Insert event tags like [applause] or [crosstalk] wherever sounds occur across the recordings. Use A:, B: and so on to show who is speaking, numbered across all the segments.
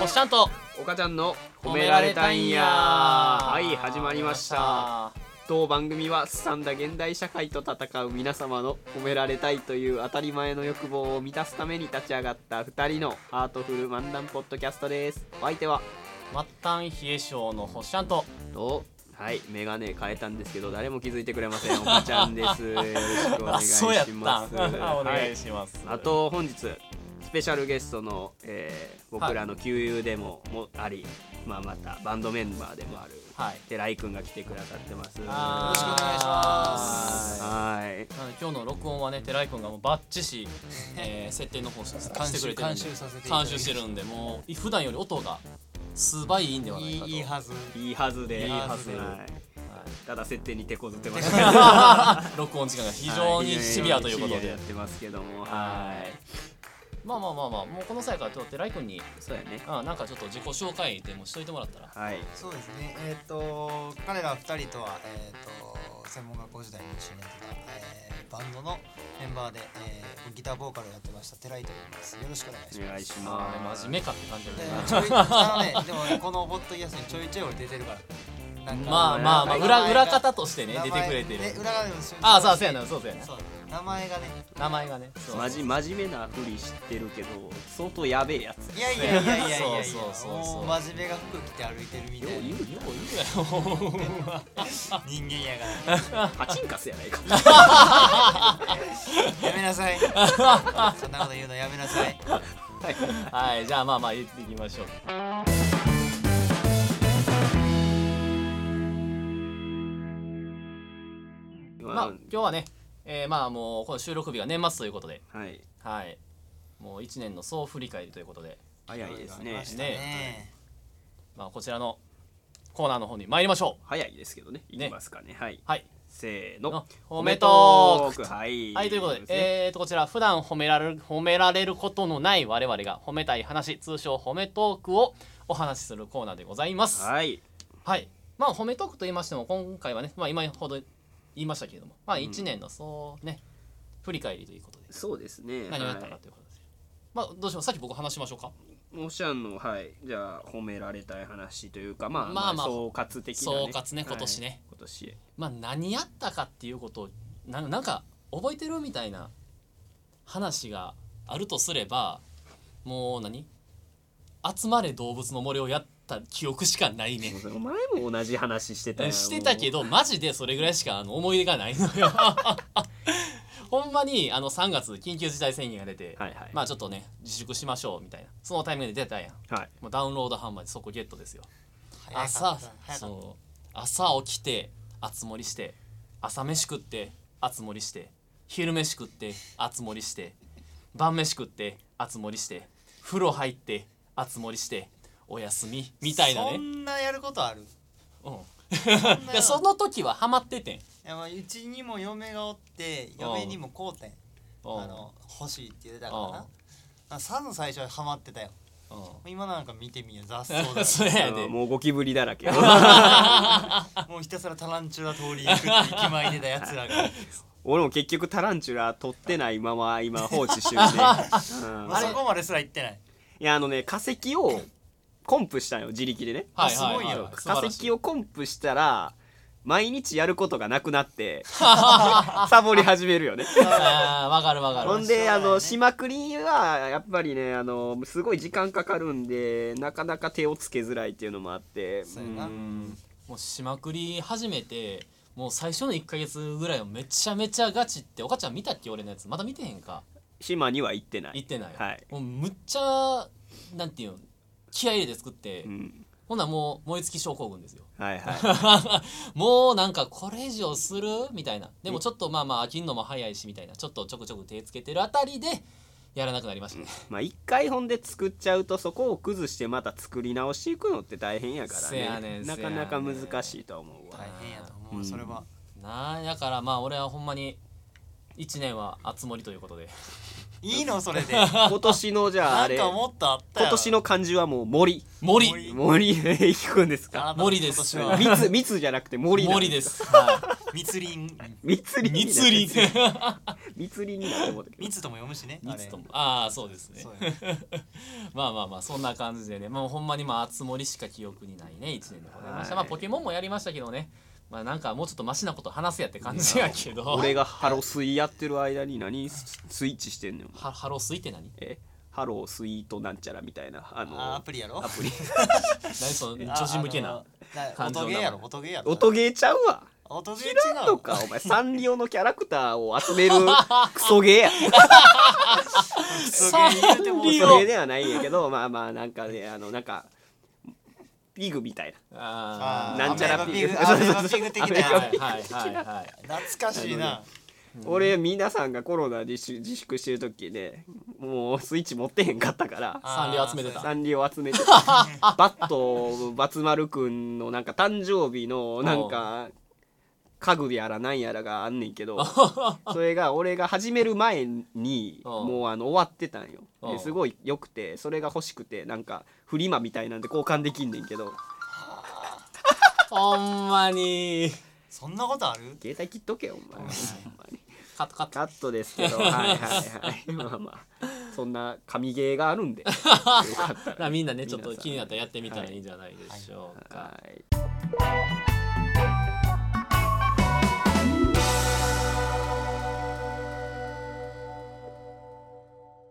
A: おっしゃんと
B: 岡ちゃんの褒められたいんやはい始まりました当番組はすさんだ現代社会と戦う皆様の褒められたいという当たり前の欲望を満たすために立ち上がった2人のハートフル漫談ポッドキャストですお相手は
A: 末端冷え性のほっしゃんと
B: とはいメガネ変えたんですけど誰も気づいてくれません岡ちゃんですよろしくお
A: [laughs]
B: 願
A: あ
B: いし
A: そうやったん [laughs]
B: ます
A: お
B: は
A: 願い
B: い
A: します
B: あと本日スペシャルゲストの、えー僕らの旧友でももあり、まあ、またバンドメンバーでもある
A: はい
B: 寺井くんが来てくださってます
A: あー
C: よろしくお願いします
B: はい
A: なので今日の録音はね寺井君がもうバッチ
B: [laughs]
A: し、えー、設定の方して
C: 監
A: してく
C: 修
A: れてるんで
C: 監修させていただい
A: 監
C: て
A: 修してるんでもう普段より音が数倍いいんではないいかと [laughs]
C: いいいはず
B: いいはずで
A: いいはずで
B: はい
A: はい
B: ただ設定に手こずって
A: [laughs]
B: ましたけどは
A: 録音時間が非
B: い
A: 常にシビアということ
B: 非常にシビ
A: で
B: アやってますけどもは
A: はいまあまあまあまあもうこの際からちょっと寺井君に
B: いそうやね
A: あなんかちょっと自己紹介でもしといてもらったら
B: はい
C: そうですねえっ、と彼ら二人とはえっ、と専門学校時代に一緒にやってた、えーバンドのメンバーで、えーギターボーカルをやってました寺井と言いますよろしくお願いし
B: お願
C: ま
B: い
C: す
B: し
A: あ
B: ま
A: ー
B: す
A: 真面目かって感じる
C: で
A: な
C: ちょいあのねでもねこのホットキャストにちょいちょい俺出てるからなん
A: [laughs]
C: か
A: まあまあまあ
C: 名前
A: 裏
C: が
A: 裏方としてね
C: 名
A: 出
C: 前
A: てくれて
C: ね
A: る
C: 裏側でも一緒に
A: ああそうそうやなそうそうやな
C: そう名前がね
A: 名前がねそう
B: まじ真面目なふりしてるけど相当やべえやつ
C: いやいやいやいやいやい
A: そう
C: や
A: そうそうそう
C: もう真面目が服着て歩いてるみたいな
A: よう言うよ
C: 人間やから
B: [laughs] パチンカスやない
A: [laughs]
B: か
C: やめなさい。そんなこと言うのやめなさい。
B: はい
A: はいじゃあまあまあ言っていきましょうまあ
B: ま
A: 今日はねえーまあもうこの収録日が年末ということで
B: あはい
A: はいもう1年の総振り返りということで
B: 早いですね
A: ねまあこちらのコーナーの方に参りましょう
B: 早いですけどねいきますかねはい
A: はい
B: せーの
A: の褒めトーク
B: はい
A: はいということで、
B: すね
A: えー、とこちら普段褒められる褒められることのない我々が褒めたい話通称褒めトークをお話しするコーナーでございます。はい、
B: はい
A: まあ褒めトークと言いましても今回はね、まあ、今ほど言いましたけれども、まあ、1年のそうね、振り返りということで
B: そうですね
A: 何をやったかということですよ。まあどうしようさっき僕話しましょうか。
B: おっしゃんのはいじゃあ褒められたい話というかまあ
A: まあまあ
B: 総括的な、
A: 総括ね
B: はい
A: 今年ね
B: 今年
A: まあ何やったかっていうことをななんか覚えてるみたいな話があるとすればもう何集まれ動物の森をやった記憶しかないね
B: お前も同じ話してたやん
A: してたけ
B: も
A: どマジでそれぐらいしかあの思い出がないのよほんまにあの3月緊急事態宣言が出て、
B: うはいはい
A: まあちょっとね自粛しましょうみたいなそのタイミングで出たやん
B: はい
A: もうダウンロード販売でそこゲットですよ
C: 朝
A: 朝。そう朝起きて熱盛りして朝飯食って熱盛りして昼飯食って熱盛りして晩飯食って熱盛りして風呂入って熱盛りしてお休みみたいな
C: そ
A: ね
C: んなやることある。い
A: うん
C: んな
A: でその時はハマっててん
C: やまあうちにも嫁がおって嫁にもこうてん
A: うん
C: あの欲しいって言ってたから
A: うん
C: な。あさぞ最初はハマってたよ。
A: うん
C: 今なんか見てみよう雑草
A: [laughs]
C: だ
A: そ
C: よ
A: うや
B: あ
A: で
B: ーもうゴキブリ
A: [laughs]
B: だらけ
C: もうひたすらタランチュラ通り行くって駅前に出たやつらが
B: 俺も結局タランチュラ取ってないまま今放置して
A: [laughs]
B: るね、うん
C: まあそこまですら行ってない
B: いやあのね化石をコンプしたよ自力でね
A: [laughs] はい
C: すごいよ
A: はは素晴
B: 化
A: らし
B: 石
A: い
B: をコンプしたら毎日やることがなくなって
A: [laughs]
B: サボり始めるよね
A: あーわかるわかる
B: ほんで、
C: しょうがな
B: あ
C: いね
B: の、しまくりは、やっぱりね、あの、すごい時間かかるんで、なかなか手をつけづらいっていうのもあって。
C: そうやな
B: うん
A: もうしまくり始めてもう最初の1か月ぐらいはめちゃめちゃガチっておかちゃん見たっけ俺のやつまだ見てへんか
B: 島には行ってない。
A: 行ってない、
B: はい
A: もうむっちゃなんていうの気合い入れて作って、
B: うん。
A: ほんならもう燃え尽き症候群ですよ
B: はい
C: [laughs]
B: は
A: もうなんかこれ以上するみたいなでもちょっとまあまあ飽きんのも早いしみたいなちょっとちょくちょく手つけてるあたりでやらなくなりましたね
B: い。まあ、一回本で作っちゃうと、そこを崩して、また作り直していくのって大変やから
A: せや
B: ね。
A: ねん
B: なかなか難しいと思うわ
C: 大。変やと思うそれは
A: なあだからまあ俺はほんまに1年は熱盛りということで
C: いいのそれで
B: 今年の、じゃあ、
C: な
B: あれ。
C: んかも
B: 今
C: っとあったよ
B: 年の漢字はもう森。 [laughs]
A: 森
C: 森
B: 森、え、聞くんですか。
A: 森です
C: あなたの今年は
B: 密、密じゃなくて森なん。
A: 森です、は
C: 密林
B: 密 [laughs] 林になっ
A: 密林
B: て密林になって思ったけど
C: 密とも読むしねあれ
A: 密とも [laughs] ああそうですね
C: そうやね
A: まあまあまあそんな感じでねもうほんまにまあつ森しか記憶にないね1年でございました
B: は
A: ま
B: い
A: あポケモンもやりましたけどねまあなんかもうちょっとマシなこと話せやって感じやけど
B: [laughs] 俺がハロスイやってる間に何ススイッチしてんのよ
A: はハロースイって何
B: えハロースイートなんちゃらみたいなあの
C: あアプリやろ
B: アプリ [laughs]
A: 何その
C: あ
A: 女子向け
C: あ
A: な
C: のな
A: 感じの
C: 音
A: 名
C: ゲー
A: 前
C: やろ音ゲーやろ
B: 音ゲーちゃうわ
C: 音ゲー違う
B: とかお前サンリオのキャラクターを集
C: [laughs]
B: めるクソゲーや
A: サンリ
B: ク
C: 音ゲー言うても
A: オ
B: ソゲーではないんやけどまあまあなんかねあのなんかピグみたいな
A: あー
B: なんちゃら
C: アメ
B: ピ
C: ー
B: グ
C: バピグアメーバピグ的なや
A: はいはいはいはい
C: つ懐かしいな
B: 俺皆さんがコロナ自粛自粛してる時ねもうスイッチ持ってへんかったから
A: サンリオ集めてた
B: サンリオ集
A: [laughs]
B: めてバットバツ丸くんのなんか誕生日のなんか家具やらなんやらがあんねん
A: [laughs]
B: けどそれが俺が始める前に
A: うん
B: もうあの終わってたんよ
A: う
B: で
A: ん
B: すごい良くてそれが欲しくてなんかフリマみたいなんで交換できんねんけど
A: ほんまに
C: そんなことある
B: 携帯切っとけよお
A: [laughs]
B: 前ほんまに
A: カットカット
B: カットです
A: [laughs]
B: けどはいはいはいまあまあそんな神ゲーがあるん
A: [laughs]
B: でよかったら
A: なみんなねちょっと
B: 皆さん
A: 気になったらやってみたらいいんじゃないでしょうか
B: はい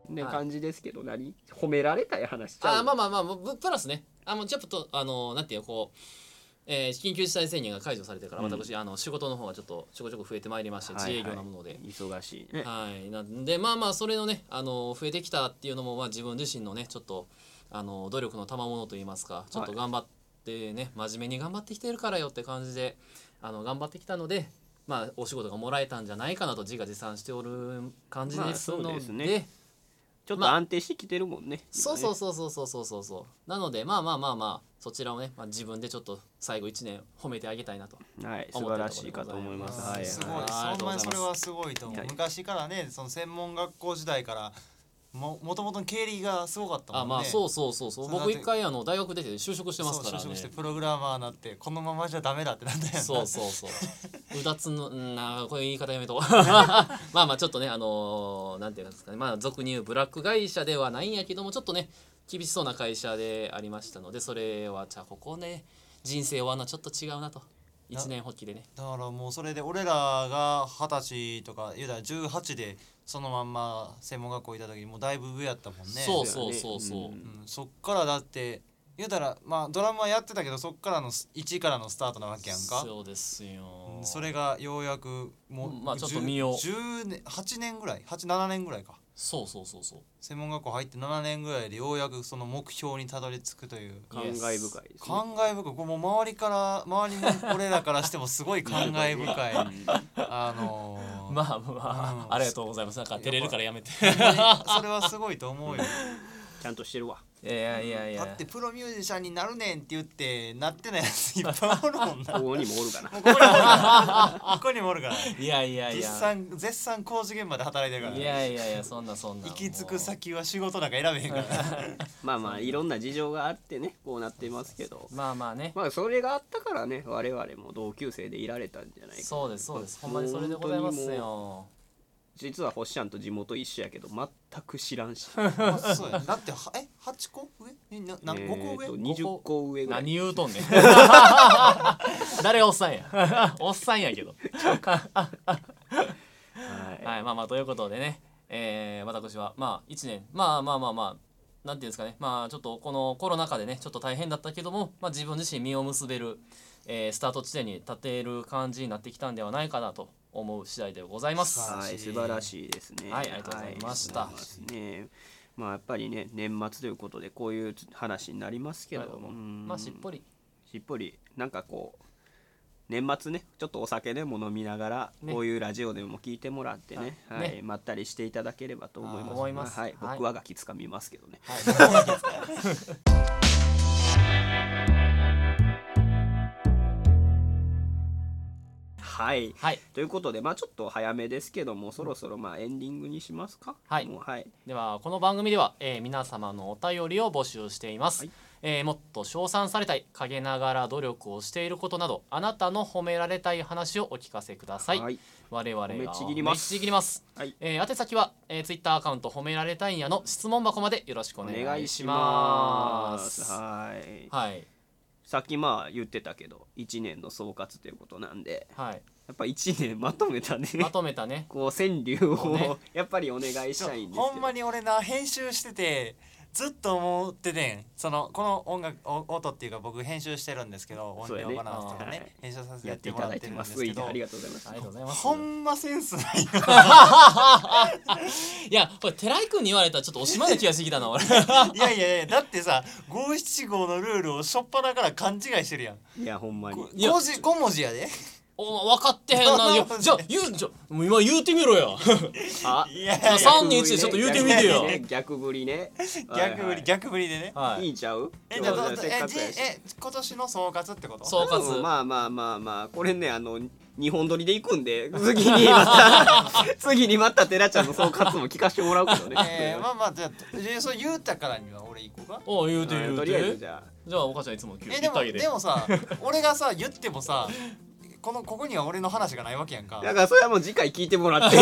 B: ね、
A: はい
B: 感じですけど何褒められたい話ちゃう
A: あーまあまあまあぶプラスねあのちょっとあのなんていうのこう、えー緊急事態宣言が解除されてから、
B: うん
A: 私あの仕事の方がちょっとちょこちょこ増えてまいりまして、
B: はいはい
A: 自営業なもので。
B: 忙しいね
A: はい、なんでまあまあそれのねあの増えてきたっていうのも、まあ、自分自身のねちょっとあの努力の賜物といいますかちょっと頑張ってね、真面目に頑張ってきてるからよって感じであの頑張ってきたので、まあ、お仕事がもらえたんじゃないかなと自画自賛しておる感じ
B: まあ
A: ですので,、
B: そうですねちょっと
A: まあ
B: 安定してきてるもんね、
A: そうそう
B: そ
A: そうそうそうそうそうそうなのでまあまあまあまあそちらをね、まあ、自分でちょっと最後1年褒めてあげたいなと
B: うはい素晴らしいかと思いますはい
C: すごい
A: ありがとうございます、
C: そんなにそれはすごいと思
B: は
C: う
B: い。
C: 昔からね、その専門学校時代から。も、もともとの経理がすごかったもんね。
A: あまあそうそうそうそう
C: それだっ
A: 僕
C: て
A: 一回あの大学出て就職して
C: そ
A: ま
C: う
A: すから
C: 就職して
A: ね
C: プログラマーになって、このままじゃダメだってなったやんな。
A: そうそうそう
C: [laughs]
A: うだつのうんなこういう言い方やめとこう [laughs] まあまあちょっとねあのーなんていうんですかねまあ俗に言うブラック会社ではないんやけどもちょっとね厳しそうな会社でありましたのでそれはじゃあここね人生はなちょっと違うなと一年発起でね
C: だからもうそれで俺らが二十歳とか言うたら18でそのまんま専門学校行った時にもうだいぶ上やったもんね
A: そうそうそうそう
B: だよね
C: うん、そっからだって言うたらまあドラマやってたけどそっからの1からのスタートなわけやんか
A: そうですよ
C: うんそれがようやくもう、
A: まあちょっと見よう
C: 10年8年ぐらい87年ぐらいか
A: そうそうそうそう
C: 専門学校入って7年ぐらいでようやくその目標にたどり着くという
B: 感慨深いです、ね、
C: 感慨深いこれもう周りから周りの俺らからしてもすごい感慨深いあのー
A: まあま
C: うん
A: あ、ありがとうございます。なんか照れるからやめて。
C: ほんまにそれはすごいと思うよ
B: ちゃんとしてるわ
A: [laughs] いやいやい
C: だってプロミュージシャンになるねんって言ってなってないやついっぱいおるもんな
B: [laughs] こ
C: もう
B: こにもおるかな
C: ここにもおるからここにもおるから
A: いやいやい
C: 絶
A: や。
C: 賛絶賛工事現場で働いてるから
A: いやいやいや、そんなそんな。
C: 行き着く先は仕事なんか選べへんから
B: [laughs] まあまあいろんな事情があってねこうなってますけど
A: もう。まあまあね。
B: まあそれがあったからね我々も同級生でいられたんじゃないか
A: そうです、そうです。ほんまにそれでございますよ。
B: 実は星ちゃんと地元一緒やけど全く知ら
A: [laughs]
B: んし
C: まあそうやだってはえ八個上えなな
B: え
C: 5
B: ー
C: 個上
B: と20個上ぐらい
A: 何言うとん [laughs] ねん。誰おっさんや。おっさんやけど。
B: は
A: はい、まあまあということでね、えー私はまあ1年まあまあまあまあなんていうんですかねまあちょっとこのコロナ禍でねちょっと大変だったけども、まあ、自分自身身を結べる、えースタート地点に立てる感じになってきたんではないかなと思う次第でございます。
C: さ
B: い、はい、素晴らしいですね
A: はいありがとうございました
B: はいそうですねまあやっぱりね年末ということでこういう話になりますけ
A: け
B: ど
A: れども
B: うん
A: まあしっぽり
B: しっぽりなんかこう年末ねちょっとお酒でも飲みながら、
A: ね
B: こういうラジオでも聞いてもらってね,、
A: はい
B: はい
A: ね
B: まったりしていただければと思います
A: あー思います
B: はい、
A: はい
B: 僕はガキつかみますけどね、はい
A: [laughs] はい
B: ということでまあちょっと早めですけどもそろそろまあエンディングにしますか
A: はい
B: もうはい
A: ではこの番組では、えー皆様のお便りを募集しています、
B: はい
A: えーもっと称賛されたい陰ながら努力をしていることなどあなたの褒められたい話をお聞かせください、
B: はい
A: 我々が
B: 褒めちぎります
A: 褒めちぎります
B: はい
A: えー、宛先は、えー、ツイッターアカウント褒められたいんやの質問箱までよろしくお
B: お
A: 願
B: 願
A: い
B: い
A: し
B: し
A: ま
B: ますすはい
A: はい
B: さっきまあ言ってたけど1年の総括ということなんで
A: はい
B: やっぱ1年まとめたね
A: まとめたね
B: こう川柳を、
A: ね
B: やっぱりお願いしたいんですけど
C: ほんまに俺な編集しててずっと思っててんそのこの音楽お音っていうか僕編集してるんですけど
B: そ
C: 音
B: うや
C: 量
B: ね
C: バランスとかね
B: はい
C: 編集させて
B: や
C: や
B: っ
C: ってて
B: い
C: も
B: た
C: らっ
B: だい
C: て
B: て
C: るん
B: ま
C: ですすけど
B: ありがとうございます
A: ありがとうございます
C: ほんまセンスないよ
A: いやこれ寺井君に言われたらちょっとおしまいな気がしてきたな
B: [laughs]
A: 俺
C: [laughs] いやいやいやだってさ五七五のルールを初っ端から勘違いしてるやん
B: いやほんまに
C: こ
A: いや
C: 五字五文字やで
A: お分かってへん
B: [laughs]
A: ないやじゃあ言うじゃあもう今言うてみろや
B: あ
C: いや
A: や三二一でちょっと言うてみてよ
B: 逆振りね
C: 逆振
B: 逆
C: り逆振りでね
A: はいい
B: いんちゃう
C: えじゃあどうえ
B: せっかく
C: じ
B: やし
C: え今年の総括ってこと
A: 総括
B: うんまあまあまあまあこれねあの日本撮りで行くんで次にま
C: [laughs]
B: た次にまた寺ちゃんの総括も聞かせてもらうけどね、
C: えー、まあまあじゃあえそう言うたからには俺行こうか
A: おう言うて
B: う
A: 言
B: ん
A: う
B: と
A: て
B: りあえずじゃあ
A: じゃあお母ちゃんいつも言
C: えで
A: って
C: も
A: あげて
C: でもさ俺がさ言ってもさこのここには俺の話がないわけやんか
B: だからそれはもう次回聞いてもらって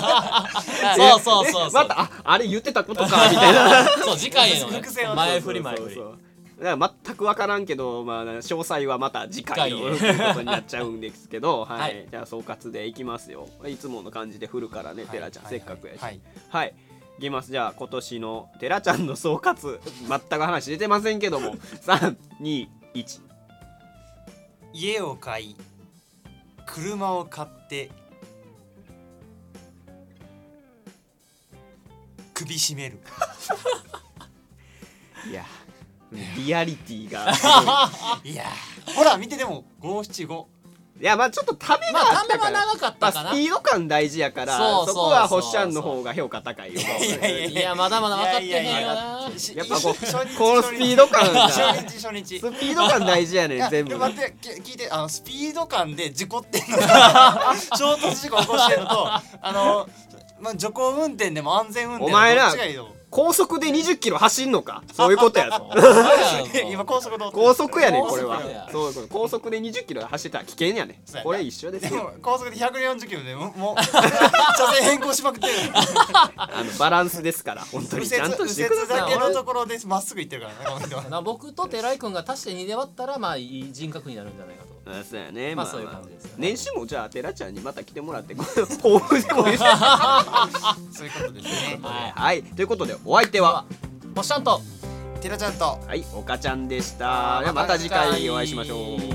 A: そうそうそうそう
B: [laughs] またああれ言ってたことかみたいな
A: そう次回の、ね
C: 伏線、を
A: 前振り前振り
B: そうそうそうだから全く分からんけど、まあ、詳細はまた次回のという
A: 次回へ
B: ことになっちゃうんですけど、はい
A: はい
B: じゃあ総括でいきますよいつもの感じで振るからね
C: はい
B: 寺ちゃん、
C: はい
B: せっかくやし
C: はい
B: はいいきますじゃあ今年の寺ちゃんの総括全く話出てませんけども321
C: 家を買い車を買って首絞
B: [laughs]
C: める
B: いやリアリティが
C: いやーほら見てでも五七五
B: いやまあちょっとためが
A: ま
B: あ
A: あ
B: っ
A: ためは
B: たから、
A: 長かっ
B: ま
A: た
B: あス
A: かな
B: ピード感大事やから
A: そうそ
B: そ
A: う
B: こは
A: そう
B: 星ちゃんの方が評価高いよ
C: やいや
A: いやまだまだ分かってへんよ
C: いや
A: な
C: し
B: やっぱこう
C: 初日
B: この
C: 初日
B: スピード感が
C: 初日初日
B: スピード感大事や
C: い
B: ね
C: や
B: ん全部
C: でも待ってき聞いてあのスピード感で事故ってんのか
B: [laughs]
C: 衝突事故起こしてるのとあの、まあ、徐行運転でも安全運転でも
B: お前ら
C: どっちがいいの
B: 高速で20キロ走んのかそういうことやぞ
A: [laughs]
C: [laughs] 今高速道路
B: 高速やねんこれ
A: 高速
B: は
A: や
B: そうそう高速で20キロ走ったら危険やね
C: そうやな
B: これ一緒です
C: で
B: よ
C: も高速で140キロでもう
B: [laughs]
C: もう車線変更しまくってる
B: あのバランスですから本当
C: 右
B: にち
C: 折
B: ゃんとし
C: 右
B: てくだ
C: 折
B: さ
C: だ
B: い
C: けのところでまっすぐ行ってるからねこの人は
A: な僕と寺井君が足して2で割ったらまあいい人格になるんじゃないかと
B: あそうやね
A: まあそういう感じですよね
B: 年始もじゃあ寺ちゃんにまた来てもらってこの抱負でもいいですは
C: そういうことですね
A: はい
B: ということでお相手は
A: おっしゃんと
C: 寺ちゃんと
B: はい岡ちゃんでしたではまた次回お会いしましょう